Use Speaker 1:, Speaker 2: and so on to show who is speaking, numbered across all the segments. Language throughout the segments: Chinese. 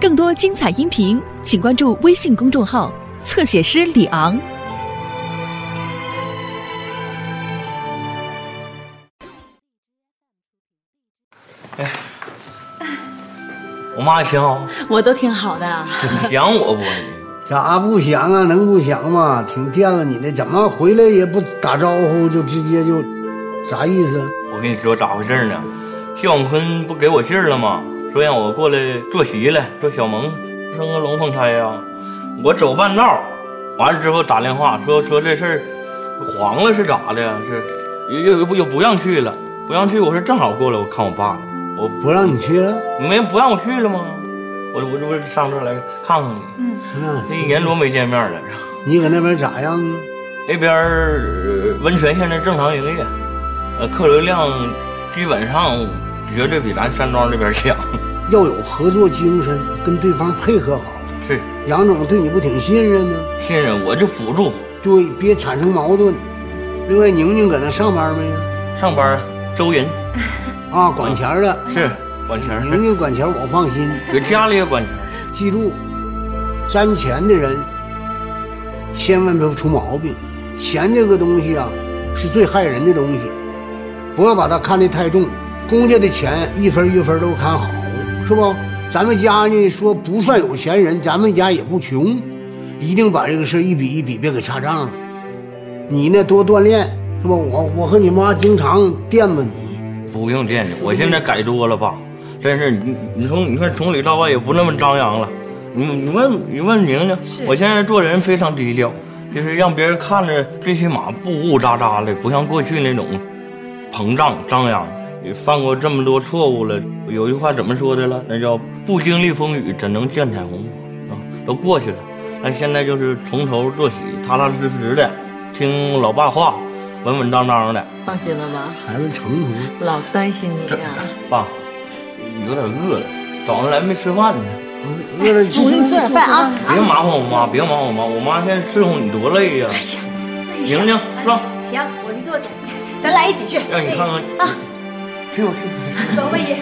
Speaker 1: 更多精彩音频，请关注微信公众号“侧写师李昂”。
Speaker 2: 哎，我妈挺好，
Speaker 3: 我都挺好的。
Speaker 2: 想我不？
Speaker 4: 咋不想啊？能不想吗？挺惦着你的，怎么回来也不打招呼，就直接就，啥意思？
Speaker 2: 我跟你说咋回事呢？谢广坤不给我信儿了吗？说让我过来坐席来，说小萌生个龙凤胎呀、我走半道，完了之后打电话说说这事儿黄了是咋的呀？是又又又不又不让去了，不让去。我说正好过来，我看我爸来，我
Speaker 4: 不让你去了？
Speaker 2: 没人不让我去了吗？我我这不是上这儿来看看你，
Speaker 4: 那
Speaker 2: 这一年多没见面了。
Speaker 4: 你搁那边咋样啊？
Speaker 2: 那边儿呃温泉现在正常营业，呃，客流量基本上绝对比咱山庄这边儿强。
Speaker 4: 要有合作精神，跟对方配合好。
Speaker 2: 是
Speaker 4: 杨总对你不挺信任吗？
Speaker 2: 信任我就辅助
Speaker 4: 对，别产生矛盾。另外，宁宁搁那上班没呀？
Speaker 2: 上班儿周人
Speaker 4: 啊，管钱儿的。
Speaker 2: 是管钱
Speaker 4: 宁
Speaker 2: 儿，
Speaker 4: 宁管钱儿，我放心。
Speaker 2: 搁家里也管钱儿。
Speaker 4: 记住，沾钱的人千万别出毛病。钱这个东西啊，是最害人的东西，不要把它看得太重。公家的钱一分一分都看好，是不？咱们家呢说不算有钱人，咱们家也不穷，一定把这个事儿一笔一笔别给差账了。你呢多锻炼，是吧？我我和你妈经常惦着你，
Speaker 2: 不用惦记，我现在改多了吧？真是你你从你看从里到外也不那么张扬了。你你问你问宁宁，我现在做人非常低调，就是让别人看着最起码不呜喳喳的，不像过去那种膨胀张扬。犯过这么多错误了，有句话怎么说的了？那叫不经历风雨，怎能见彩虹？啊，都过去了。那现在就是从头做起，踏踏实实的，听老爸话，稳稳当当的。
Speaker 3: 放心了吧，
Speaker 4: 孩子成熟。
Speaker 3: 老担心你呀、
Speaker 2: 爸，有点饿了，早上来没吃饭呢。
Speaker 4: 饿了去
Speaker 3: 我给你做点饭啊。
Speaker 2: 别麻烦我妈，别麻烦我妈，我妈现在伺候你多累呀、宁宁，说，
Speaker 5: 行，我去坐去。
Speaker 3: 咱俩一起去。哎
Speaker 2: 让你看看啊，去我去，
Speaker 5: 走吧，爷。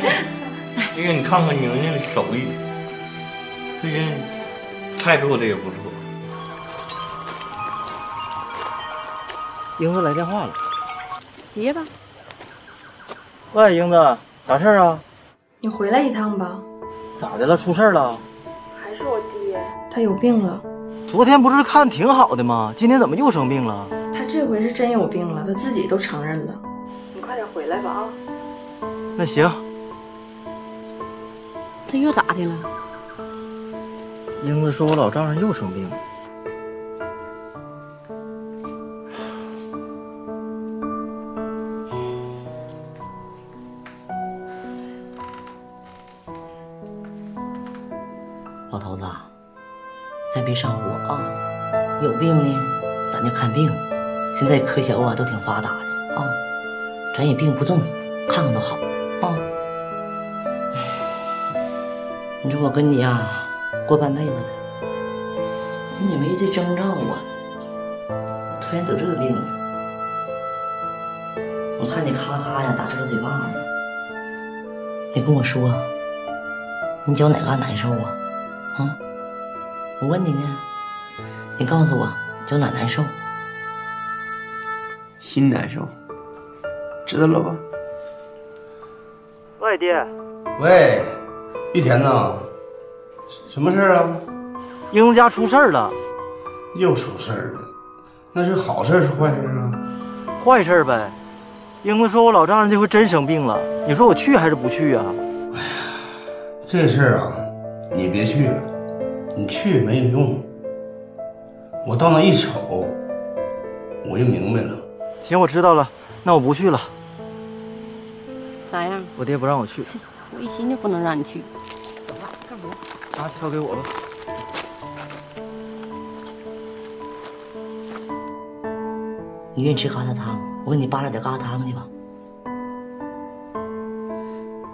Speaker 2: 让你看看宁宁的手艺。最近菜做的也不错，
Speaker 6: 英子来电话了。
Speaker 5: 结吧。
Speaker 6: 喂，英子，啥事儿啊？
Speaker 7: 你回来一趟吧，
Speaker 6: 咋的了？出事儿了？
Speaker 7: 他有病了，
Speaker 6: 昨天不是看挺好的吗？今天怎么又生病了？
Speaker 7: 他这回是真有病了，他自己都承认了。
Speaker 6: 那行，
Speaker 5: 这又咋的了？
Speaker 6: 英子说我老丈人又生病了。
Speaker 8: 老头子啊，再别上火啊！有病呢，咱就看病。现在科学啊都挺发达的啊，咱也病不重，看看都好啊。你说我跟你啊，过半辈子了，你也没这征兆啊，突然得这病了。我看你咔咔呀打这个嘴巴子，你跟我说，你脚哪嘎难受啊？啊、我问你呢，你告诉我脚哪难受？
Speaker 9: 心难受，知道了吧？
Speaker 6: 喂，爹，
Speaker 9: 喂，玉田呐，什么事儿啊？
Speaker 6: 英子家出事儿了，
Speaker 9: 又出事儿了，那是好事儿是坏事儿啊？
Speaker 6: 坏事儿呗。英子说我老丈人这回真生病了，你说我去还是不去啊？
Speaker 9: 这事儿啊，你别去了，你去也没有用。我到那一瞅，我就明白了。
Speaker 6: 行，我知道了，那我不去了。
Speaker 5: 咋样？
Speaker 6: 我爹不让我去，
Speaker 5: 我一心就不能让你去。
Speaker 10: 哎
Speaker 6: 拿票给哎我吧。
Speaker 8: 你愿意吃疙瘩汤，我给你扒拉点疙瘩汤去吧。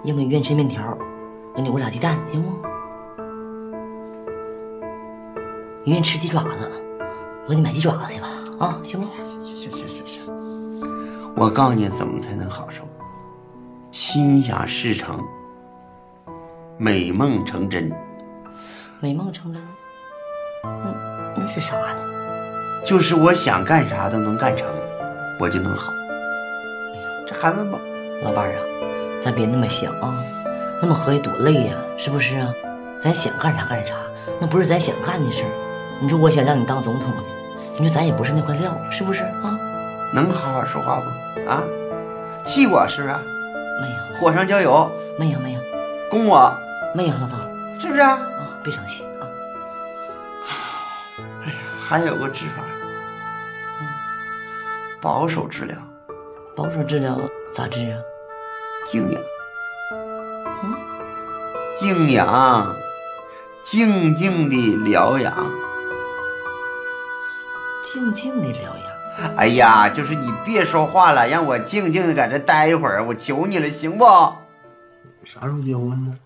Speaker 8: 要么你愿意吃面条，我给你捂俩鸡蛋，行不？你愿意吃鸡爪子，我给你买鸡爪子去吧。啊，行不？
Speaker 9: 行行行行，我告诉你怎么才能好受，心想事成，美梦成真。
Speaker 8: 美梦成真，那那是啥呢？
Speaker 11: 就是我想干啥都能干成，我就能好。这还问吗？
Speaker 8: 老伴儿啊，咱别那么想啊，那么合计多累呀、是不是啊？咱想干啥干啥，那不是咱想干的事儿。你说我想让你当总统去，你说咱也不是那块料，是不是啊？
Speaker 11: 能好好说话不？啊，气我是不是？
Speaker 8: 没有，
Speaker 11: 火上浇油，
Speaker 8: 没有，没有，
Speaker 11: 攻我
Speaker 8: 没有，老头儿
Speaker 11: 是不是？
Speaker 8: 啊，别生气啊。
Speaker 11: 还有个治法，保守治疗，
Speaker 8: 保守治疗咋治啊？嗯
Speaker 11: 静养。静养，静静的疗养。
Speaker 8: 静静的疗养，
Speaker 11: 哎呀，就是你别说话了，让我静静的在这待一会儿，我求你了，行不？
Speaker 4: 啥时候结婚呢？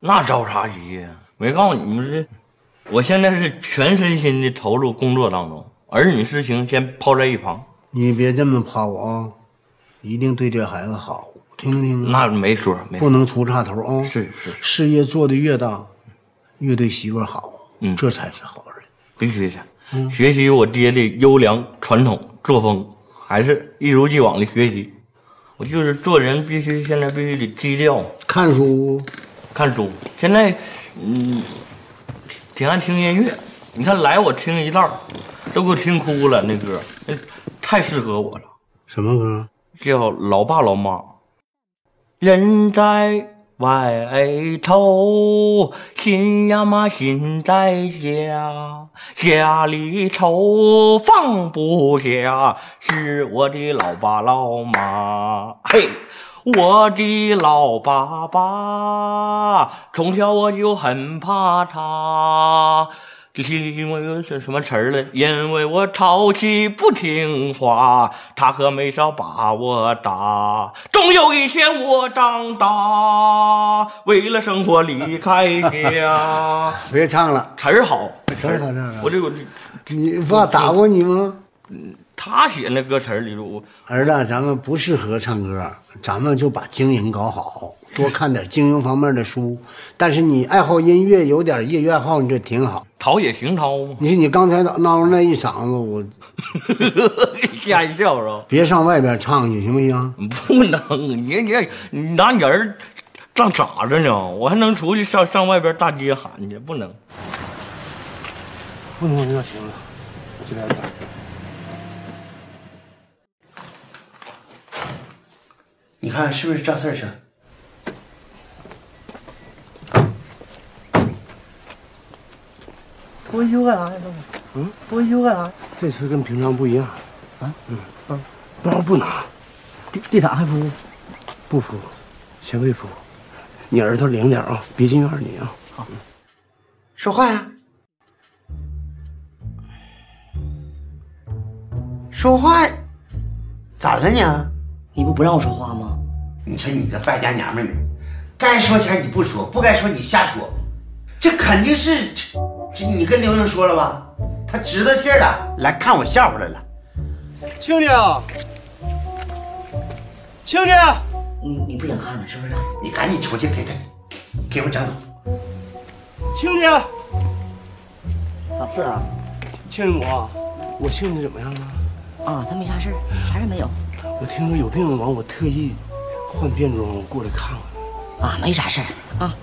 Speaker 2: 那着啥急呀？没告诉你们是，我现在是全身心的投入工作当中，儿女事情先抛在一旁。
Speaker 4: 你别这么夸我啊，一定对这孩子好，听没听啊？
Speaker 2: 那没说，没
Speaker 4: 不
Speaker 2: 说
Speaker 4: 能出岔头啊！
Speaker 2: 是是，
Speaker 4: 事业做得越大，越对媳妇儿好，
Speaker 2: 嗯
Speaker 4: 这才是好人。
Speaker 2: 必须的，
Speaker 4: 嗯
Speaker 2: 学习我爹的优良传统作风，还是一如既往的学习。我就是做人必须现在必须得低调，
Speaker 4: 看书
Speaker 2: 看书。现在，嗯，挺爱听音乐。你看来我听一道儿，都给我听哭了那歌，那太适合我了。
Speaker 4: 什么歌？
Speaker 2: 叫老爸老妈。人在外头，心呀嘛心在家，家里愁放不下，是我的老爸老妈。嘿，我的老爸爸，从小我就很怕他。因为是什么词儿了？因为我淘气不听话，他可没少把我打。终有一天我长大，为了生活离开家。
Speaker 4: 别唱了，
Speaker 2: 词儿好，
Speaker 4: 词儿好词儿啊好
Speaker 2: 我这我这
Speaker 4: 你爸打过你吗？
Speaker 2: 他写那歌词儿里头，我
Speaker 4: 儿子，啊咱们不适合唱歌，咱们就把经营搞好，多看点经营方面的书。但是你爱好音乐，有点业余爱好，你这挺好。
Speaker 2: 陶冶情操嘛，
Speaker 4: 你说你刚才闹出那一嗓子，我
Speaker 2: 吓一跳啊是吧？
Speaker 4: 别上外边唱去，行不行？
Speaker 2: 不能，你你你拿你儿当傻子呢？我还能出去上上外边大街喊去？不能。
Speaker 4: 不能那行了，就来点。
Speaker 11: 你看是不是赵四儿整？
Speaker 6: 多一休干啥呀？嗯，多一休干啥？
Speaker 4: 这次跟平常不一样，啊，嗯，包不拿，
Speaker 6: 地地毯还铺？
Speaker 4: 不铺，先别铺。你儿子灵点啊，别进院里啊。
Speaker 11: 说话呀！说话，咋的呢？
Speaker 8: 你不不让我说话吗？
Speaker 11: 你瞅你这败家娘们儿，该说前你不说，不该说你瞎说，这肯定是这这你跟刘英说了吧？他知道信儿了，来看我笑话来了。
Speaker 6: 青青，青青，
Speaker 8: 你你不想看了是啊不是？
Speaker 11: 你赶紧出去给他给我整走。
Speaker 6: 青青，
Speaker 8: 老四啊，
Speaker 6: 青青母，我亲戚怎么样了？
Speaker 8: 啊，他没啥事儿，啥事儿没有
Speaker 6: 我听说有病完，我特意换变装过来看看。
Speaker 8: 啊，没啥事儿啊，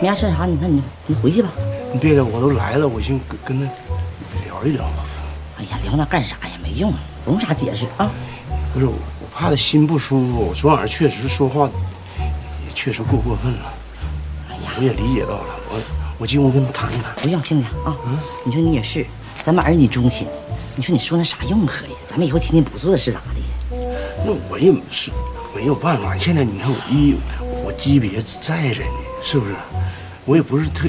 Speaker 8: 没啥事儿啥，你那你你回去吧。
Speaker 6: 你别的，我都来了，我先跟跟他聊一聊吧。
Speaker 8: 哎呀，聊那干啥呀？没用，容啥解释啊？
Speaker 6: 不是我，我怕他心不舒服。我昨晚上确实说话也确实过过分了，
Speaker 8: 哎呀，
Speaker 6: 我也理解到了。我我进屋跟他谈一谈。
Speaker 8: 不用亲家啊，
Speaker 11: 嗯
Speaker 8: 你说你也是，咱们儿女忠亲，你说你说那啥用可以？咱们以后亲戚不做的是咋的？
Speaker 6: 那我也是没有办法。现在你看我一我级别在着呢，是不是？我也不是特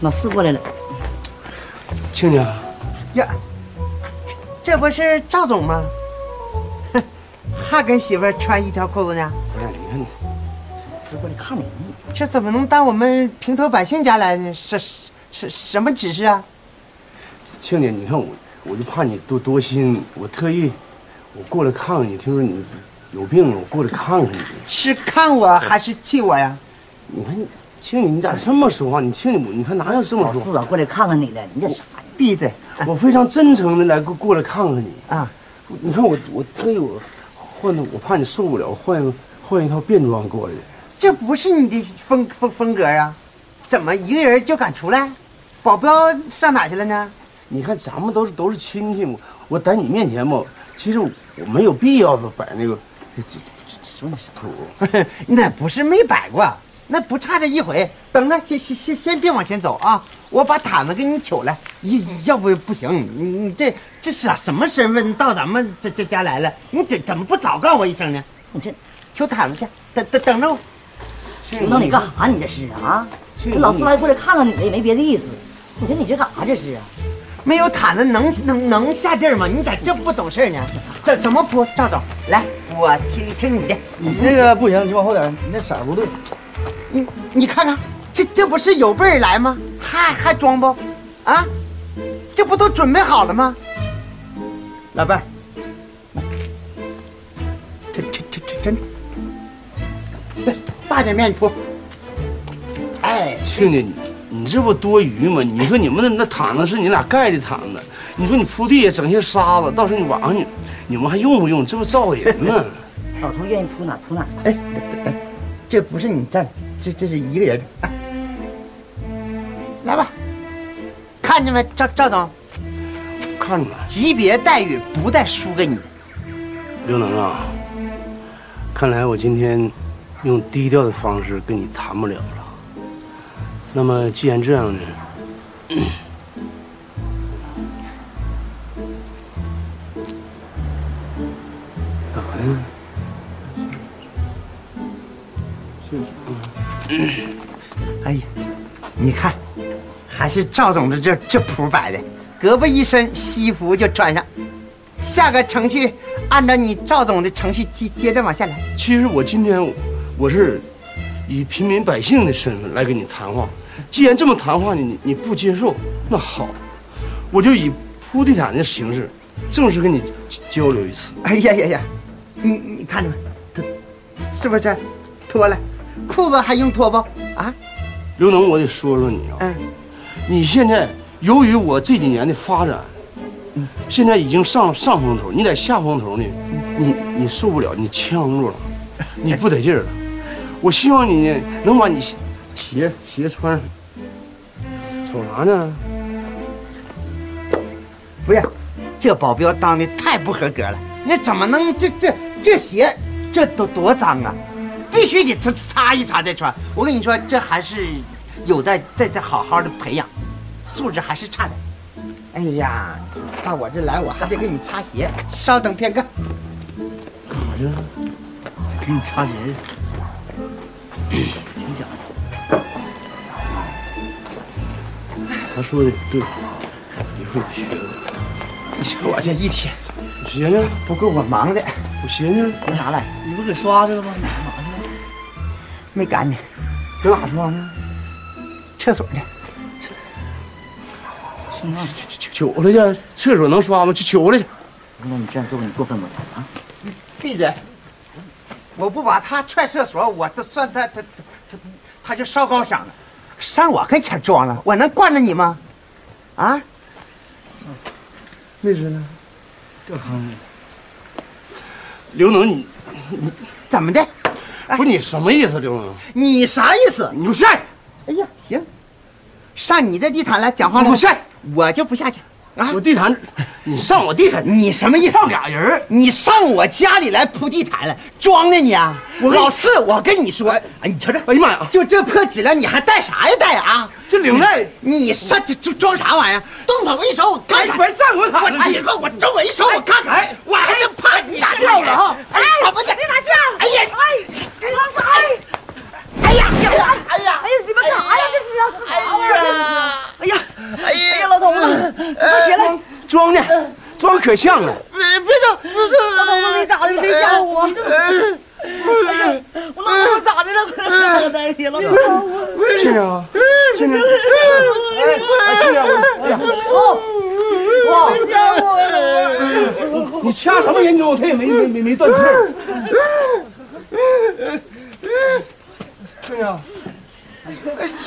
Speaker 8: 老四过来了，
Speaker 6: 亲家，哎
Speaker 12: 呀，这不是赵总吗？还跟媳妇儿穿一条裤子呢？
Speaker 6: 不是你看你
Speaker 8: 老四过来看你，
Speaker 12: 这怎么能当我们平头百姓家来呢？什什什么指示啊？
Speaker 6: 亲家，你看我我就怕你多多心，我特意我过来看看你。听说你有病了，我过来看看你。
Speaker 12: 是看我还是气我呀？
Speaker 6: 你看，庆你，你咋这么说话？你庆我，你看哪有这么
Speaker 8: 老
Speaker 6: 说？
Speaker 8: 四啊，过来看看你来，你这啥呀？
Speaker 6: 闭嘴！我非常真诚的来过过来看看你啊。你看我我特意我换的，我怕你受不了，换一个换一套便装过来的。
Speaker 12: 这不是你的风风风格啊？怎么一个人就敢出来？保镖上哪去了呢？
Speaker 6: 你看咱们都是都是亲戚，我我在你面前吧，其实我没有必要说摆那个这这这这什么谱。
Speaker 12: 那不是没摆过，那不差这一回。等着，先先先先别往前走啊！我把毯子给你取来，要要不不行。你你这这啥什么身份？你到咱们这这家来了，你怎怎么不早告我一声呢？
Speaker 8: 你这
Speaker 12: 取毯子去，等等等着我。
Speaker 8: 你到底干啥？你这是啊？这老四来过来看看你，也没别的意思。你说你这干啥？这是啊？
Speaker 12: 没有毯子能能能下地儿吗？你咋这不懂事儿呢？这怎么铺？赵总，来，我听听你的。你
Speaker 13: 那个不行，你往后点，你那色儿不对。
Speaker 12: 你你看看，这这不是有备而来吗？还还装不？啊，这不都准备好了吗？老伴儿，这这这这真，大点面铺。哎，
Speaker 6: 亲家，你你这不多余吗？你说你们那那毯子是你俩盖的毯子，你说你铺地下整些沙子，到时候你晚上你你们还用不用？这不造人吗？
Speaker 8: 老头愿意铺哪铺哪。
Speaker 12: 哎，这不是你站，这这是一个人。啊来吧，看见没，赵赵总，
Speaker 6: 看见了。
Speaker 12: 级别待遇不带输给你的。
Speaker 6: 刘能啊，看来我今天用低调的方式跟你谈不了了。那么既然这样呢，干啥呢？
Speaker 12: 哎呀，你看，还是赵总的这这谱摆的，胳膊一伸，西服就穿上。下个程序按照你赵总的程序接接着往下来。
Speaker 6: 其实我今天我是以平民百姓的身份来跟你谈话。既然这么谈话，你你不接受，那好，我就以铺地毯的形式正式跟你交流一次。
Speaker 12: 哎呀呀呀，你你看着没？他是不是脱了？裤子还用脱不？啊？
Speaker 6: 刘能，我得说说你啊，
Speaker 12: 嗯
Speaker 6: 你现在由于我这几年的发展，现在已经上上风头，你在下风头呢，你你受不了，你呛住了，你不得劲儿了。我希望你呢能把你鞋鞋鞋穿上。瞅啥呢？
Speaker 12: 不是，这保镖当的太不合格了，那怎么能这这这鞋这多多脏啊？必须得擦擦一擦再穿。我跟你说，这还是有待在这好好的培养，素质还是差点。哎呀，到我这来我还得给你擦鞋，稍等片刻。
Speaker 6: 干啥去了？给你擦鞋去。听讲。他说的对，一会儿学
Speaker 12: 我。
Speaker 6: 我这一天，鞋
Speaker 13: 啊
Speaker 6: 呢？
Speaker 12: 不够我忙的。
Speaker 6: 我鞋呢？
Speaker 12: 说啥来？
Speaker 13: 你不给刷去了吗？你干嘛去了？
Speaker 12: 没赶你，搁哪说呢？厕所呢？
Speaker 8: 什么？
Speaker 6: 去取回来去，厕所能刷吗？去取回来去。
Speaker 8: 不能你这样做，你过分不了啊！
Speaker 12: 闭嘴！我不把他踹厕所，我都算他他他他就烧高香了，上我跟前装了，我能惯着你吗？啊？
Speaker 6: 妹子呢？干啥呢？刘能，你你
Speaker 12: 怎么的？
Speaker 6: 不是你什么意思，刘能？
Speaker 12: 你啥意思？
Speaker 6: 你给我下去！
Speaker 12: 哎呀，行，上你这地毯来讲话
Speaker 6: 你给
Speaker 12: 来。
Speaker 6: 我下去！
Speaker 12: 我就不下去啊！
Speaker 6: 我地毯，你上我地毯，
Speaker 12: 你什么意思？
Speaker 6: 上俩人，
Speaker 12: 你上我家里来铺地毯来，装呢你啊！我老四，我跟你说，哎，你瞧这，哎
Speaker 6: 呀妈呀，
Speaker 12: 就这破质量，你还带啥呀带啊？
Speaker 6: 这领带，
Speaker 12: 你上这这装啥玩意儿？动手一手，我看看。
Speaker 6: 别站我
Speaker 12: 我哎呀哥，我动我一手，我看
Speaker 6: 哎
Speaker 12: 看，我还能怕你打掉了啊？哎，怎么的？你打掉？哎呀，哎，老四，哎，哎呀，哎呀，哎呀，哎呀，你们干啥呀？这是啊，
Speaker 8: 哎呀，
Speaker 12: 哎呀，
Speaker 8: 老头子，快起来！
Speaker 6: 装呢，装可像了。
Speaker 12: 别别动，别动，
Speaker 8: 老头子你咋的？别吓唬我！哎呀，我老头子咋的了？快吓我呆去！老头子，
Speaker 6: 这样啊，这样。哎呀，哎呀，
Speaker 12: 哦
Speaker 8: 哇！别吓我呀！
Speaker 6: 你掐什么人中？他也没没没没断气儿。对呀，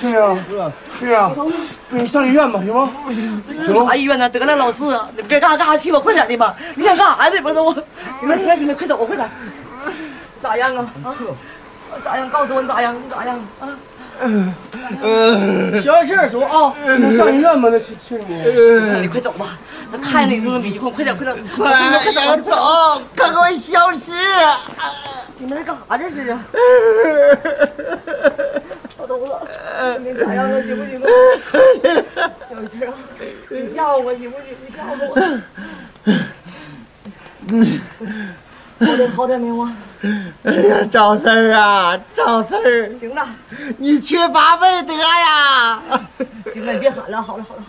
Speaker 6: 是啊，是啊，你上医院吧，行吗？行吗
Speaker 12: 啥哎医院呢？得了，老四，你该干啥干啥去吧，快点的吧！你想干啥呢？不是我，行了，行了，行了，快走吧，快点。咋样啊？啊，
Speaker 11: 嗯
Speaker 12: 咋样？告诉我你咋样？你咋样啊？
Speaker 6: 呃
Speaker 12: 消气儿说啊，
Speaker 6: 那上医院吧，那去去
Speaker 12: 你快走吧，那看见你都能离婚，快点，快点，快
Speaker 14: 快
Speaker 12: 点，快
Speaker 14: 点走，快给我消失！
Speaker 12: 你们干啥这是啊？臭犊子，你咋样了？行不行啊？小七啊，你吓唬我行不行？你吓唬我。好点好点没有啊？
Speaker 14: 哎呀，赵四儿啊，赵四儿，
Speaker 12: 行了，
Speaker 14: 你缺乏贝德呀！
Speaker 12: 行了，你别喊了，好了好了。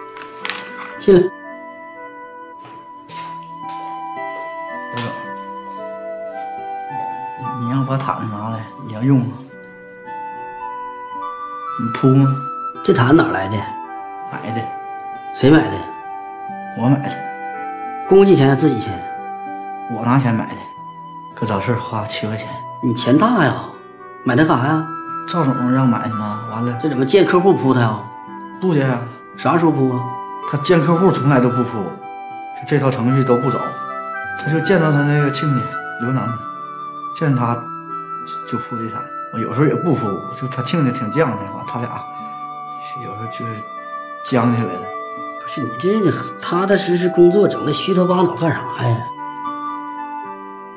Speaker 15: 是
Speaker 16: 你让我把毯子拿来，你要用吗？你铺吗？
Speaker 15: 这毯哪儿来的？
Speaker 16: 买的，
Speaker 15: 谁买的？
Speaker 16: 我买的，
Speaker 15: 公积钱自己钱？
Speaker 16: 我拿钱买的，搁早市花七块钱。
Speaker 15: 你钱大呀，买它干啥呀？
Speaker 16: 赵总让买的吗？完了，
Speaker 15: 这怎么见客户铺它呀？
Speaker 16: 不的呀，
Speaker 15: 啥时候铺啊？
Speaker 16: 他见客户从来都不铺，就这套程序都不走，他就见到他那个亲家刘能，见他就就铺这场。我有时候也不铺，就他亲家挺犟的吧，他俩有时候就是犟起来了。
Speaker 15: 不是你这踏踏实实工作，整那虚头巴脑干啥呀？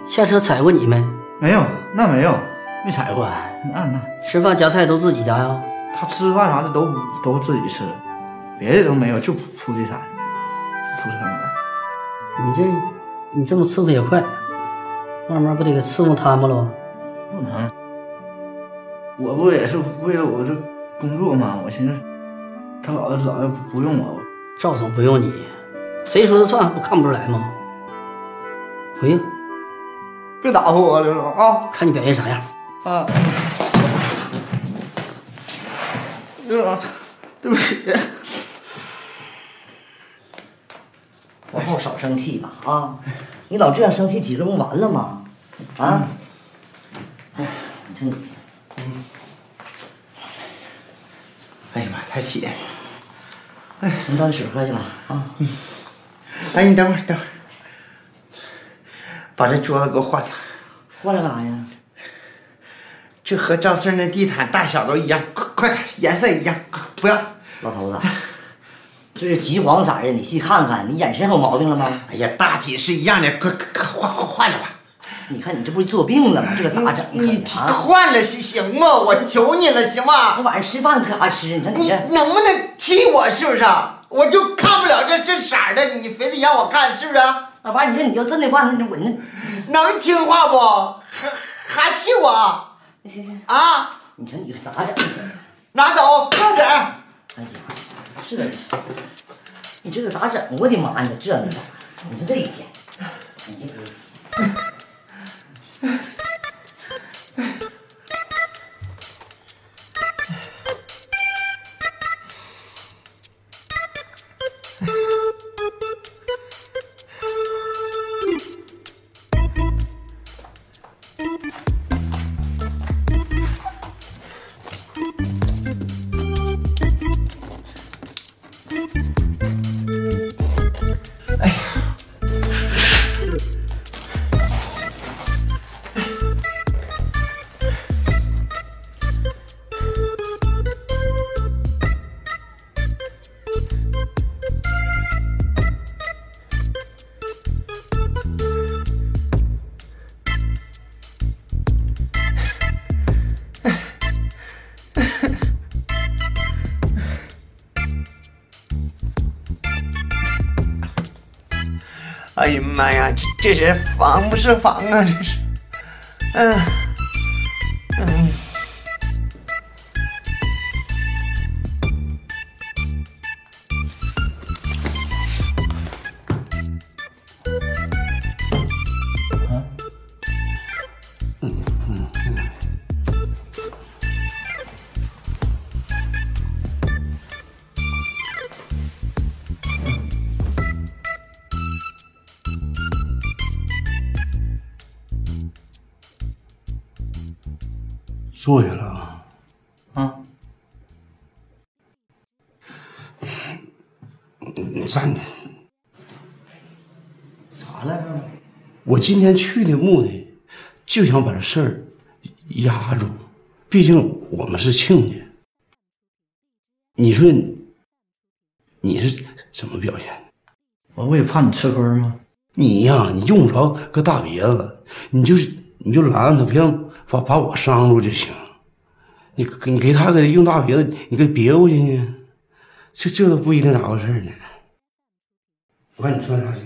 Speaker 15: 下车踩过你没？
Speaker 16: 没有，那没有，没踩
Speaker 15: 啊
Speaker 16: 过。那那
Speaker 15: 吃饭夹菜都自己夹呀？
Speaker 16: 他吃饭啥的都都自己吃，别的都没有，就铺铺地毯，铺地毯。
Speaker 15: 你这你这么伺候也快，慢慢不得给伺候摊巴了？
Speaker 16: 不能，我不也是为了我这工作嘛？我寻思他老老要不用我，
Speaker 15: 赵总不用你，谁说的算？不看不出来吗？回应，
Speaker 16: 别打呼我刘总啊！
Speaker 15: 看你表现啥样。
Speaker 16: 啊，刘总，对不起。
Speaker 8: 往后少生气吧啊！你老这样生气，体质不完了吗？啊！哎，你说你
Speaker 11: 哎呀妈，太血！
Speaker 8: 哎，你倒水喝去吧啊！
Speaker 11: 哎，你等会儿，等会儿，把这桌子给我换了。
Speaker 8: 换了干啥呀？
Speaker 11: 这和赵四儿那地毯大小都一样，快快点，颜色一样，不要它。
Speaker 8: 老头子，这是橘黄色儿的，你细看看，你眼神有毛病了吗？
Speaker 11: 哎呀，大体是一样的，快快快换换换了吧。
Speaker 8: 你看你这不是做病了吗？这个咋整？你啊
Speaker 11: 换了是行吗？我求你了，行吗？
Speaker 8: 我晚上吃饭可咋吃？你看
Speaker 11: 你能不能气我是不是？我就看不了这这色儿的，你非得让我看是不是？
Speaker 8: 老伴，你说你要真的话，那我那
Speaker 11: 能听话不？还还气我？
Speaker 8: 行行
Speaker 11: 啊！
Speaker 8: 你瞅你咋整？
Speaker 11: 拿走，快点儿！
Speaker 8: 这个，你这个咋整？我的妈呀，这个，你说这一天，你这
Speaker 11: 哎呀妈呀，这这人防不胜防啊！这是，嗯、嗯，
Speaker 6: 坐下了啊。
Speaker 16: 啊，
Speaker 6: 你站着。
Speaker 16: 嗯咋了？
Speaker 6: 我今天去的目的，就想把这事儿压住，毕竟我们是亲家。你说你是怎么表现？
Speaker 16: 我我也怕你吃亏吗？
Speaker 6: 你呀、你用不着搁大鼻子，你就是你就拦着他，别让把把我伤住就行。你你给他给用大鼻子，你给别过去呢，这这都不一定咋回事呢。我看你穿啥去？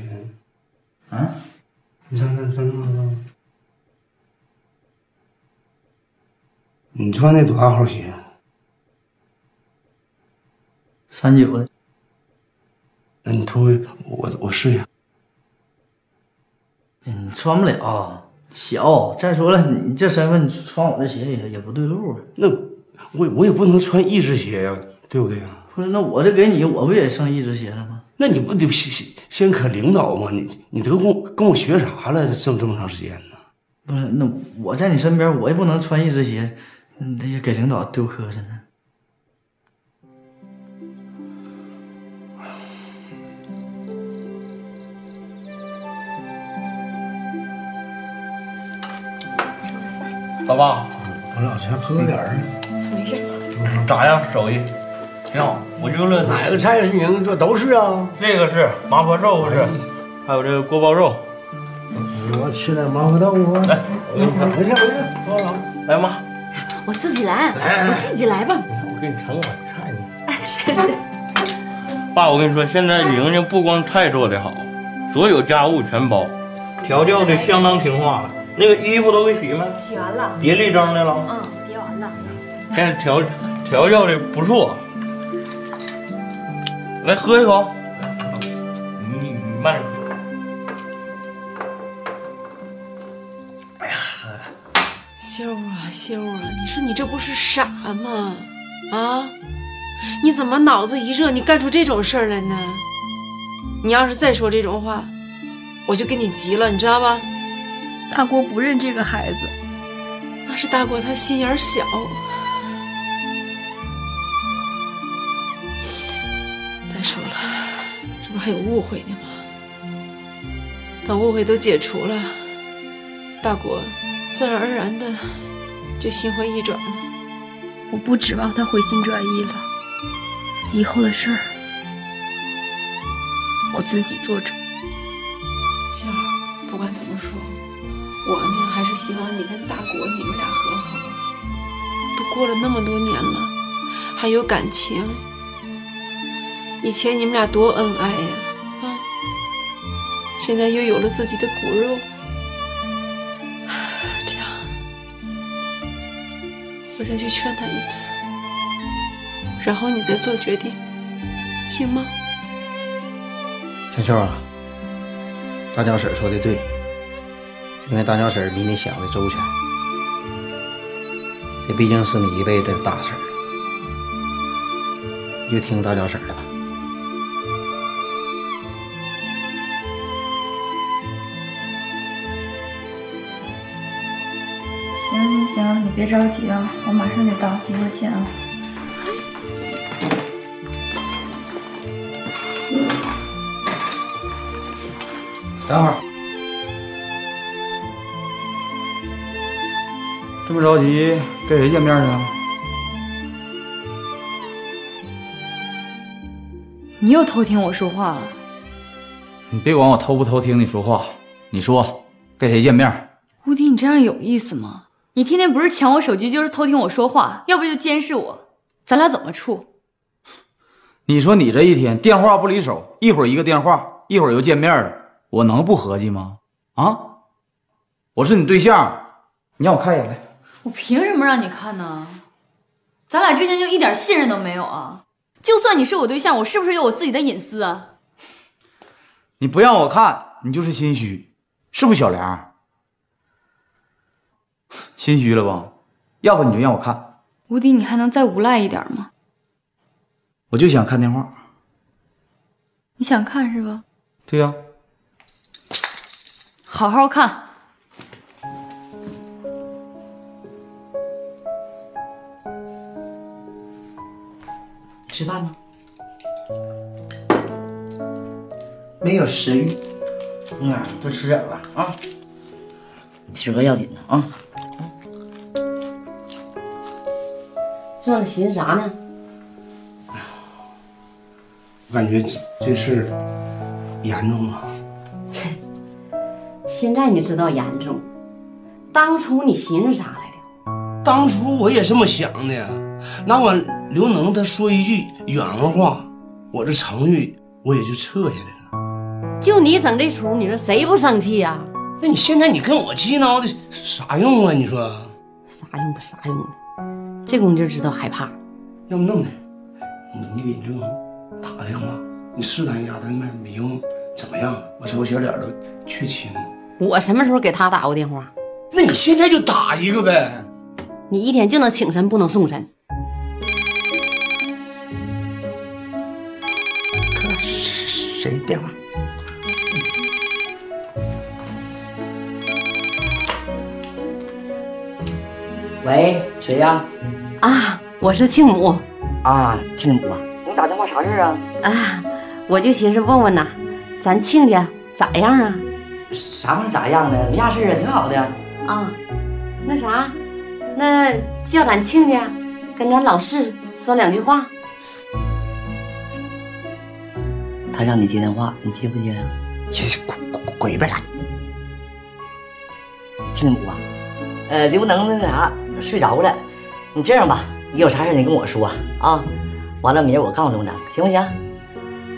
Speaker 16: 啊？
Speaker 6: 你穿穿穿那个？你穿那多大号鞋？啊
Speaker 16: 三九的。
Speaker 6: 那你脱回我我试一下。
Speaker 16: 嗯，穿不了，小。再说了，你这身份穿我这鞋也也不对路啊。
Speaker 6: 那我我也不能穿一只鞋呀、对不对呀、
Speaker 16: 不是，那我这给你，我不也剩一只鞋了吗？
Speaker 6: 啊那你不得先先先可领导吗？你你都跟我跟我学啥了？这么这么长时间呢？
Speaker 16: 不是，那我在你身边，我也不能穿一只鞋，嗯，这也给领导丢磕碜呢。
Speaker 2: 老爸，
Speaker 6: 我俩先喝点儿。
Speaker 7: 没事。
Speaker 2: 咋样，手艺？挺好。我就乐
Speaker 6: 哪个菜是您说都是啊？
Speaker 2: 这个是麻婆豆腐是，还有这个锅包肉。
Speaker 6: 我吃点麻婆豆腐。啊
Speaker 2: 来，
Speaker 6: 我给你尝尝。
Speaker 2: 来妈，
Speaker 7: 我自己来，
Speaker 2: 来
Speaker 7: 我自己来吧。
Speaker 2: 我给你盛碗菜呢。
Speaker 7: 哎，谢谢。
Speaker 2: 爸，我跟你说，现在莹莹不光菜做得好，所有家务全包，调教的相当听话了。那个衣服都给洗没？
Speaker 17: 洗完了
Speaker 2: 叠立正的了。
Speaker 17: 嗯，叠完了。
Speaker 2: 现在调调教的不错。来喝一口，你你慢点。
Speaker 18: 秀啊秀啊，你说你这不是傻吗？啊，你怎么脑子一热，你干出这种事儿来呢？你要是再说这种话，我就跟你急了，你知道吧？大国不认这个孩子，那是大国他心眼儿小。再说了，这不还有误会呢吗？等误会都解除了，大国自然而然的就心灰意转了。
Speaker 19: 我不指望他回心转意了，以后的事儿我自己做主。
Speaker 18: 杏儿，不管怎么说，我呢还是希望你跟大国你们俩和好。都过了那么多年了，还有感情。以前你们俩多恩爱呀，啊！现在又有了自己的骨肉，这样，我再去劝他一次，然后你再做决定，行吗？
Speaker 10: 小秋啊，大脚婶说的对，因为大脚婶比你想的周全，这毕竟是你一辈子的大事儿，你就听大脚婶的吧。
Speaker 19: 行行行，你别着急啊，我马上就到，一会儿见啊。
Speaker 10: 等会儿，这么着急跟谁见面去啊？
Speaker 15: 你又偷听我说话了。
Speaker 20: 你别管我偷不偷听你说话，你说跟谁见面？
Speaker 15: 吴迪，你这样有意思吗？你天天不是抢我手机，就是偷听我说话，要不就监视我，咱俩怎么处？
Speaker 20: 你说你这一天电话不离手，一会儿一个电话，一会儿又见面了，我能不合计吗？啊，我是你对象，你让我看一眼来。
Speaker 15: 我凭什么让你看呢？咱俩之间就一点信任都没有啊！就算你是我对象，我是不是有我自己的隐私啊？
Speaker 20: 你不让我看，你就是心虚，是不是小梁？心虚了吧？要不你就让我看，
Speaker 15: 吴迪，你还能再无赖一点吗？
Speaker 20: 我就想看电话。
Speaker 15: 你想看是吧？
Speaker 20: 对呀、
Speaker 15: 好好看。
Speaker 8: 吃饭呢？
Speaker 12: 没有食欲。嗯，多吃点吧啊。
Speaker 8: 体格要紧呢啊！这让你寻思啥呢？
Speaker 6: 我感觉这这事儿严重啊。
Speaker 5: 现在你知道严重，当初你寻思啥来着？
Speaker 6: 当初我也这么想的，哪管刘能他说一句远乎话，我这成语我也就撤下来了。
Speaker 5: 就你整这出，你说谁不生气啊呀、
Speaker 6: 那你现在你跟我气闹的啥用啊？你说
Speaker 5: 啥用不啥用的？这功夫就知道害怕。
Speaker 6: 要不那么的，你你给刘能打个电话，你试探一下他那边没用怎么样？我瞅小脸都缺青。
Speaker 5: 我什么时候给他打过电话？
Speaker 6: 那你现在就打一个呗。
Speaker 5: 你一天就能请神不能送神。
Speaker 12: 谁电话？
Speaker 8: 喂，谁呀、
Speaker 5: 啊，我是庆母
Speaker 8: 啊，庆母啊，
Speaker 21: 你打电话啥事儿啊？
Speaker 5: 啊，我就寻思问问呐，咱亲家咋样啊？
Speaker 8: 啥玩意儿咋样呢？没啥事儿啊，挺好的。
Speaker 5: 啊，那啥，那叫咱亲家跟咱老四说两句话。
Speaker 8: 他让你接电话，你接不接啊？鬼呗！庆母啊，呃，刘能那啥睡着了，你这样吧，你有啥事儿你跟我说啊。完了，明儿我告诉刘能，行不行？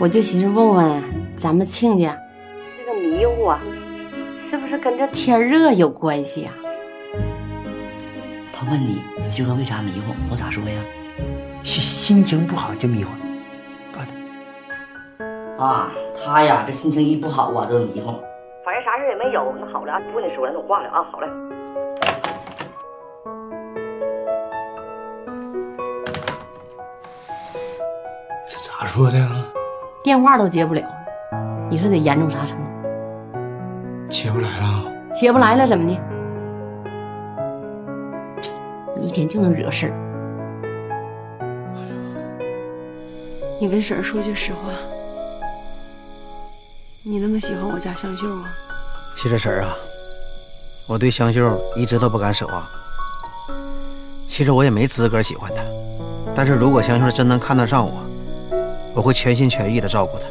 Speaker 5: 我就寻思问问咱们亲家
Speaker 8: 这个迷糊啊，
Speaker 5: 是不是跟这天热有关系啊？
Speaker 8: 他问你今儿个为啥迷糊，我咋说呀？
Speaker 12: 心心情不好就迷糊。
Speaker 8: 啊，他呀，这心情一不好啊，就迷糊。
Speaker 21: 反正啥事也没有。那好了，不跟你说了，那我挂了啊。好嘞。
Speaker 6: 咋说的啊？
Speaker 5: 电话都接不了，你说得严重啥程度？
Speaker 6: 接不来了。
Speaker 5: 接不来了怎么的？你一天就能惹事儿。
Speaker 18: 你跟婶儿说句实话，你那么喜欢我家香秀啊？
Speaker 10: 其实婶儿啊，我对香秀一直都不敢奢望。其实我也没资格喜欢她，但是如果香秀真能看得上我，我会全心全意的照顾她。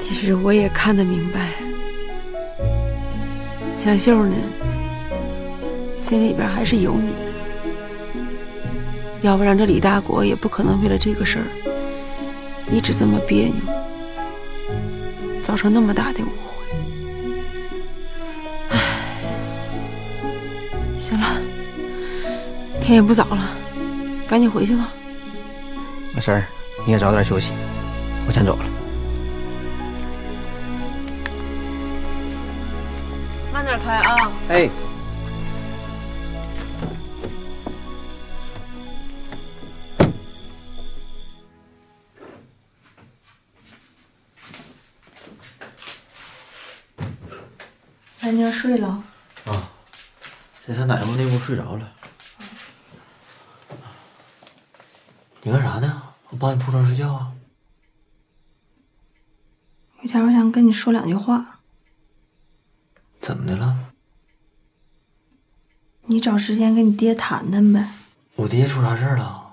Speaker 18: 其实我也看得明白，香秀呢，心里边还是有你的，要不然这李大国也不可能为了这个事儿一直这么别扭，造成那么大的误会。唉，行了，天也不早了，赶紧回去吧。
Speaker 10: 那婶儿，你也早点休息，我先走了。
Speaker 18: 慢点开啊！
Speaker 10: 哎，
Speaker 7: 安妮儿哎睡了，
Speaker 10: 在他奶奶那屋睡着了。你干啥呢？我帮你铺床睡觉啊。
Speaker 7: 玉田，我想跟你说两句话。
Speaker 10: 怎么的了？
Speaker 7: 你找时间跟你爹谈谈呗。
Speaker 10: 我爹出啥事儿了？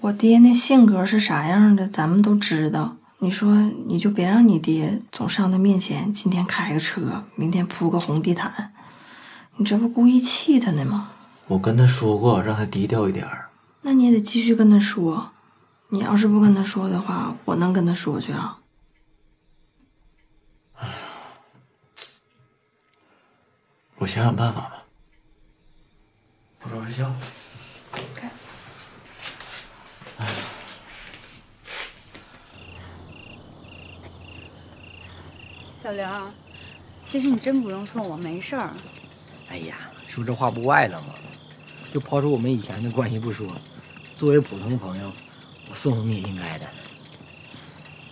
Speaker 7: 我爹那性格是啥样的，咱们都知道。你说，你就别让你爹总上他面前，今天开个车，明天铺个红地毯，你这不故意气他呢吗？
Speaker 10: 我跟他说过，让他低调一点儿。
Speaker 7: 那你也得继续跟他说。你要是不跟他说的话，我能跟他说去啊。
Speaker 10: 我想想办法吧。不着睡觉。
Speaker 22: 小梁，其实你真不用送我，没事儿。
Speaker 23: 哎呀，说这话不外了吗？就抛出我们以前的关系不说，作为普通朋友，我送送你也应该的。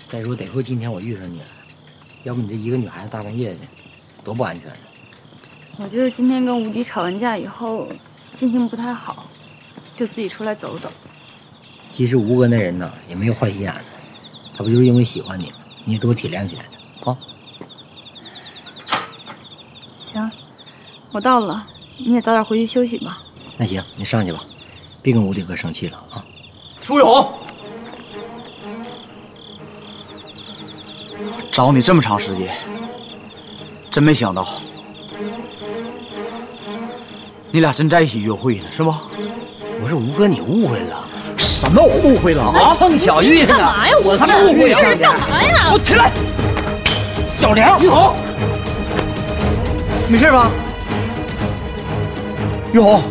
Speaker 23: 再说，得亏今天我遇上你了，要不你这一个女孩子大半夜的，多不安全啊！
Speaker 22: 我就是今天跟吴迪吵完架以后，心情不太好，就自己出来走走。
Speaker 23: 其实吴哥那人呐，也没有坏心眼子，他不就是因为喜欢你吗？你也多体谅体谅他啊！
Speaker 22: 行，我到了，你也早点回去休息吧。
Speaker 23: 那行，你上去吧，别跟吴迪哥生气了啊！
Speaker 20: 舒勇，找你这么长时间，真没想到，你俩真在一起约会呢，是吧？
Speaker 12: 不是吴哥，你误会了。哎
Speaker 20: 什么？我误会了啊！
Speaker 12: 碰巧遇上了，我他妈误会上的。
Speaker 15: 嘛呀？
Speaker 20: 我起来，小梁，玉红，没事吧？玉红，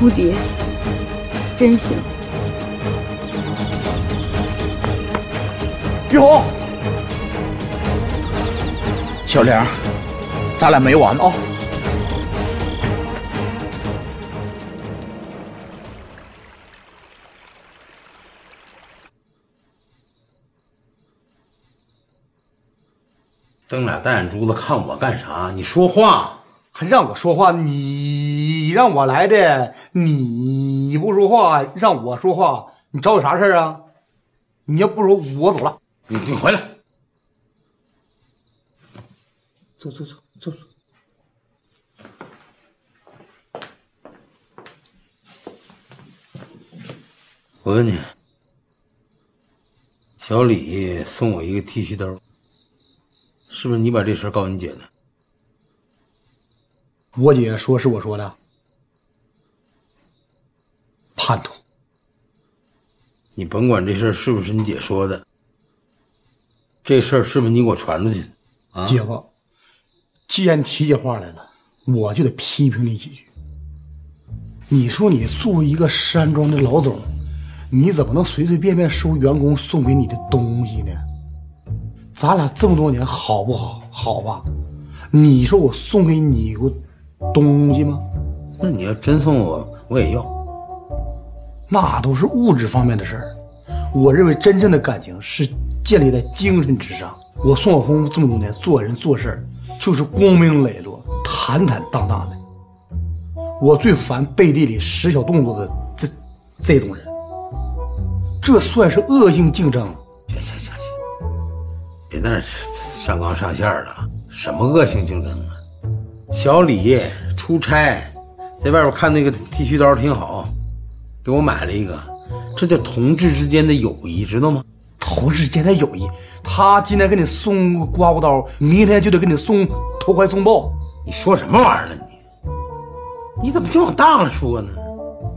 Speaker 22: 吴迪，真行。
Speaker 20: 玉红，
Speaker 10: 啊
Speaker 20: 小梁，咱俩没完
Speaker 12: 哦
Speaker 20: 啊！
Speaker 1: 瞪俩大眼珠子看我干啥？你说话，
Speaker 13: 还让我 说话？你让我来的，你不说话，让我说话，你找我啥事儿啊？你要不说，我走了。
Speaker 1: 你你回来，
Speaker 13: 坐坐坐坐。
Speaker 1: 我问你，小李送我一个剃须刀，是不是你把这事儿告诉你姐的？
Speaker 13: 我姐说是我说的，叛徒。
Speaker 1: 你甭管这事儿是不是你姐说的，这事儿是不是你给我传出去的？啊，
Speaker 13: 姐夫，既然提起话来了，我就得批评你几句。你说你作为一个山庄的老总，你怎么能随随便便收员工送给你的东西呢？咱俩这么多年好不好？好吧，你说我送给你过东西吗？
Speaker 1: 那你要真送我，我也要。
Speaker 13: 那都是物质方面的事儿。我认为真正的感情是建立在精神之上。我宋晓峰这么多年做人做事儿，就是光明磊落、坦坦荡荡的。我最烦背地里使小动作的这这种人，这算是恶性竞争。啊
Speaker 1: 行行行行，别在那儿上纲上线儿了，什么恶性竞争啊？小李出差，在外边看那个剃须刀挺好，给我买了一个，这叫同志之间的友谊，知道吗？
Speaker 13: 同志间的友谊，他今天给你送个刮胡刀，明天就得给你送投怀送抱。
Speaker 1: 你说什么玩意儿呢？你你怎么就往大了说呢？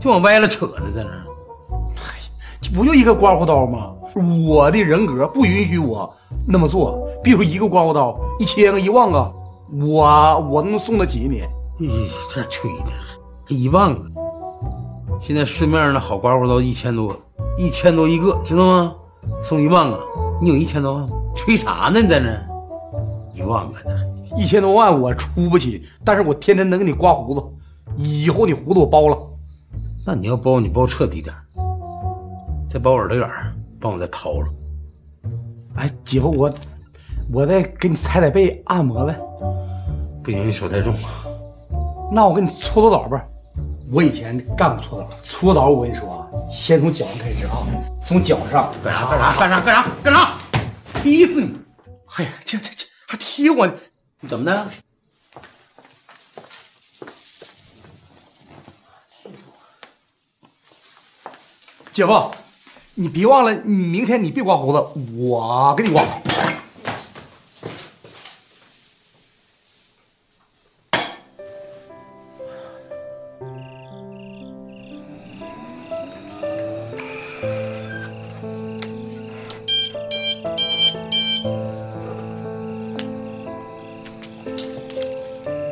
Speaker 1: 就往歪了扯呢，在那儿。
Speaker 13: 哎这不就一个刮胡刀吗？我的人格不允许我那么做。比如一个刮胡刀，一千个、一万个，我我能送得起你？
Speaker 1: 你这吹的，一万个。现在市面上的好刮胡刀一千多，一千多一个，知道吗？送一万个，你有一千多万吗？吹啥呢？你在那儿一万个呢？
Speaker 13: 一千多万我出不起，但是我天天能给你刮胡子。以后你胡子我包了，
Speaker 1: 那你要包你包彻底点儿，再包耳朵眼儿，帮我再掏了。
Speaker 13: 哎，姐夫，我我再给你踩踩背，按摩呗。
Speaker 1: 不行，你手太重了。啊
Speaker 13: 那我给你搓搓澡吧。我以前干过搓澡，搓澡我跟你说啊，先从脚上开始啊，从脚上干啥干啥干啥干啥干啥，踢死你！哎呀，这这这还踢我呢？
Speaker 1: 怎么的？
Speaker 13: 姐夫，你别忘了，你明天你别刮胡子，我给你刮。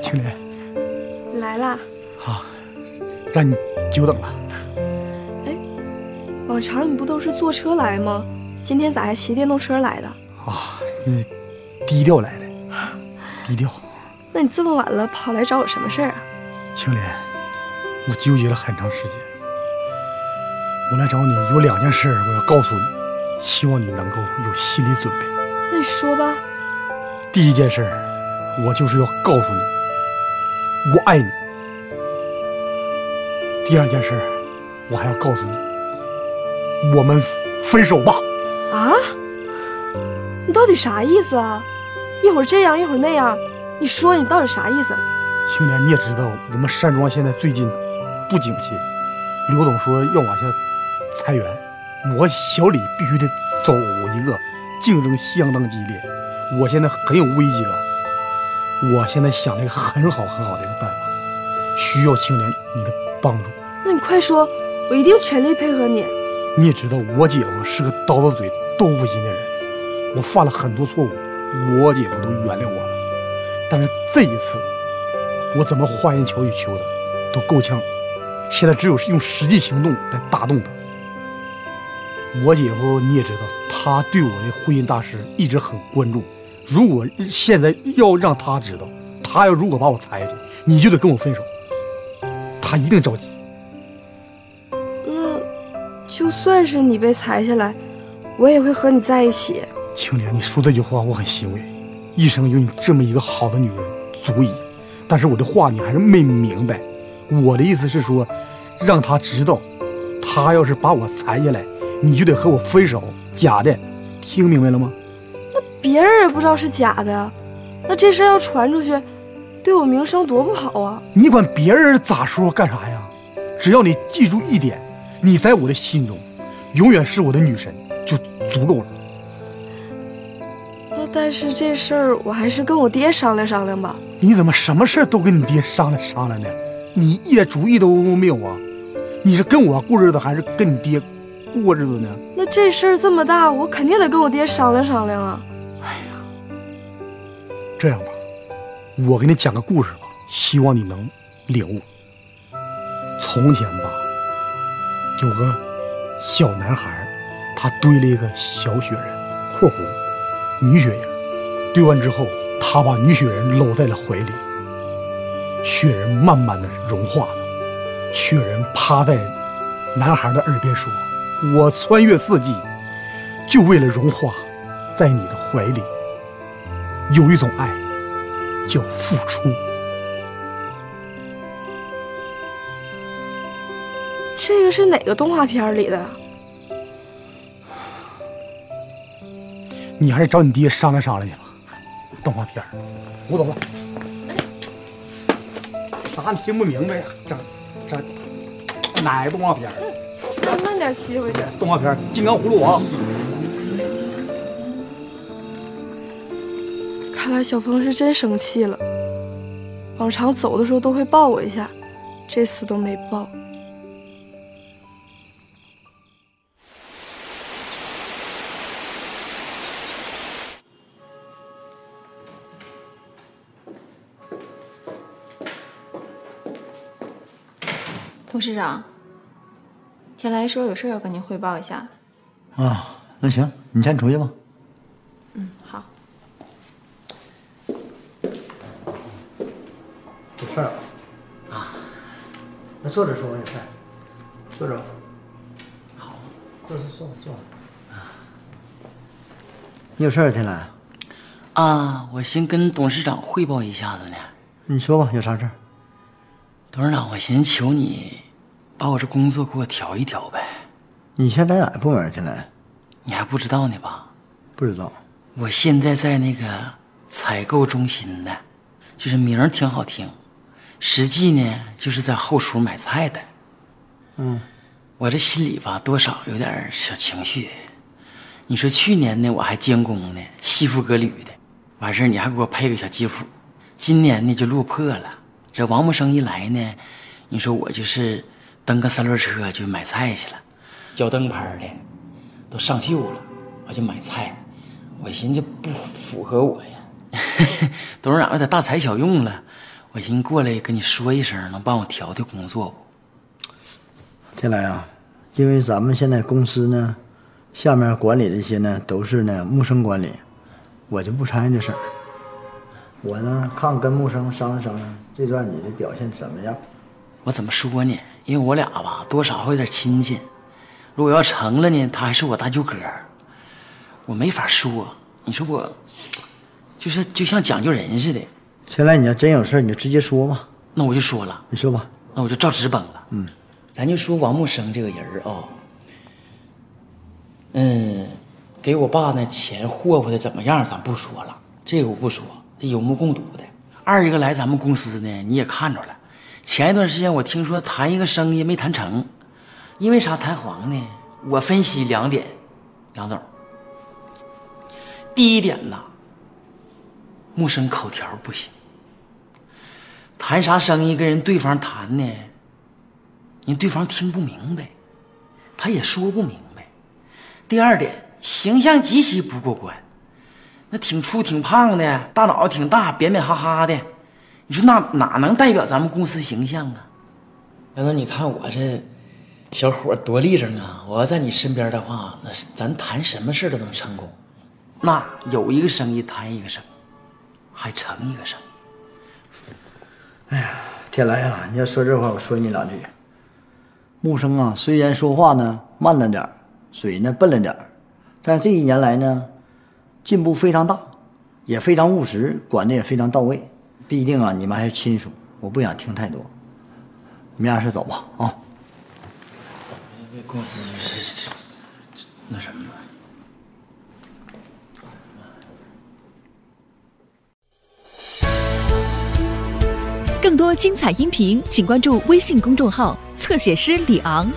Speaker 13: 青莲，啊
Speaker 22: 来啦，
Speaker 13: 让你久等了。
Speaker 24: 往常你不都是坐车来吗？今天咋还骑电动车来的？
Speaker 13: 啊，你低调来的，低调。
Speaker 24: 那你这么晚了跑来找我什么事儿啊？
Speaker 13: 青莲，我纠结了很长时间，我来找你有两件事我要告诉你，希望你能够有心理准备。
Speaker 24: 那你说吧，
Speaker 13: 第一件事儿，我就是要告诉你，我爱你。第二件事儿，我还要告诉你，我们分手吧。
Speaker 24: 啊？你到底啥意思啊？一会儿这样，一会儿那样，你说你到底啥意思？
Speaker 13: 青年，你也知道，我们山庄现在最近不景气，刘总说要往下裁员，我小李必须得走一个，竞争相当激烈，我现在很有危机感。我现在想了一个很好很好的一个办法，需要青年你的帮助。
Speaker 24: 那你快说，我一定全力配合你。
Speaker 13: 你也知道，我姐夫是个刀子嘴豆腐心的人，我犯了很多错误，我姐夫都原谅我了。但是这一次，我怎么花言巧语求他，都够呛。现在只有是用实际行动来打动他。我姐夫你也知道，他对我的婚姻大事一直很关注。如果现在要让他知道，他要如果把我裁去，你就得跟我分手。他一定着急。
Speaker 24: 那就算是你被裁下来，我也会和你在一起。
Speaker 13: 青莲，你说这句话我很欣慰，一生有你这么一个好的女人足矣。但是我的话你还是没明白，我的意思是说，让他知道，他要是把我裁下来，你就得和我分手，假的，听明白了吗？
Speaker 24: 别人也不知道是假的，啊那这事儿要传出去，对我名声多不好啊！
Speaker 13: 你管别人咋说干啥呀？只要你记住一点，你在我的心中，永远是我的女神，就足够了。
Speaker 24: 那但是这事儿我还是跟我爹商量商量吧。
Speaker 13: 你怎么什么事儿都跟你爹商量商量呢？你一点主意都没有啊？你是跟我过日子，还是跟你爹过日子呢？
Speaker 24: 那这事儿这么大，我肯定得跟我爹商量商量啊！
Speaker 13: 这样吧，我给你讲个故事吧，希望你能领悟。从前吧，有个小男孩儿，他堆了一个小雪人（括弧女雪人）。堆完之后，他把女雪人搂在了怀里，雪人慢慢的融化了。雪人趴在男孩的耳边说：“我穿越四季，就为了融化在你的怀里。”有一种爱叫付出。
Speaker 24: 这个是哪个动画片儿里的？啊
Speaker 13: 你还是找你爹商量商量去吧。动画片儿，我走了。啥你听不明白呀？整整哪个动画片儿？
Speaker 24: 慢慢点骑回去。
Speaker 13: 动画片儿《金刚葫芦娃》。
Speaker 24: 看来小峰是真生气了。往常走的时候都会抱我一下，这次都没抱。
Speaker 7: 董事长，田来说有事儿要跟您汇报一下。
Speaker 25: 啊，那行，你先出去吧。
Speaker 7: 嗯，好。
Speaker 25: 有事儿啊？那坐着说吧，有事儿。坐着吧。好，坐坐坐坐。你有事儿，天来？
Speaker 26: 啊，我寻跟董事长汇报一下子呢。
Speaker 25: 你说吧，有啥事儿？
Speaker 26: 董事长，我寻思求你把我这工作给我调一调呗。
Speaker 25: 你现在在哪个部门儿？啊天来？
Speaker 26: 你还不知道呢吧？
Speaker 25: 不知道。
Speaker 26: 我现在在那个采购中心呢，就是名儿挺好听，实际呢就是在后厨买菜的。
Speaker 25: 嗯，
Speaker 26: 我这心里吧，多少有点小情绪。你说去年呢，我还监工呢，西服革履的，完事儿你还给我配个小吉普。今年呢就落魄了。这王木生一来呢，你说我就是蹬个三轮车就买菜去了，脚蹬牌儿的都上锈了，我就买菜。我寻思不符合我呀， 董事长有点大材小用了，我寻思过来跟你说一声，能帮我调调工作不？
Speaker 25: 天来啊，因为咱们现在公司呢，下面管理这些呢都是呢木生管理，我就不参与这事儿。我呢，看跟木生商量商量这段你的表现怎么样。
Speaker 26: 我怎么说呢？因为我俩吧，多少还有点亲戚。如果要成了呢，他还是我大舅哥儿；我没法说。你说我，就是就像讲究人似的，
Speaker 25: 现在你要真有事儿你就直接说吧。
Speaker 26: 那我就说了，
Speaker 25: 你说吧。
Speaker 26: 那我就照直绷了。
Speaker 25: 嗯，
Speaker 26: 咱就说王木生这个人儿啊、嗯，给我爸那钱霍霍的怎么样，咱不说了，这个我不说，这有目共睹的。二一个来咱们公司呢，你也看着了，前一段时间我听说谈一个生意没谈成，因为啥弹簧呢？我分析两点，杨总，第一点呐，木生口条不行，谈啥生意跟人对方谈呢，人对方听不明白，他也说不明白。第二点，形象极其不过关，那挺粗挺胖的，大脑挺大，扁扁哈哈的，你说那哪能代表咱们公司形象啊？杨总，你看我这小伙儿多立正啊！我要在你身边的话，那是咱谈什么事儿都能成功。那有一个生意谈一个生意，还成一个生意。
Speaker 25: 哎天来啊，你要说这话，我说你两句。木生啊，虽然说话呢慢了点儿嘴呢笨了点儿但是这一年来呢，进步非常大，也非常务实，管的也非常到位。毕竟啊，你们还是亲属，我不想听太多。你们俩是走吧啊！
Speaker 26: 这公司是是是那什么。
Speaker 2: 更多精彩音频，请关注微信公众号“侧写师李昂”。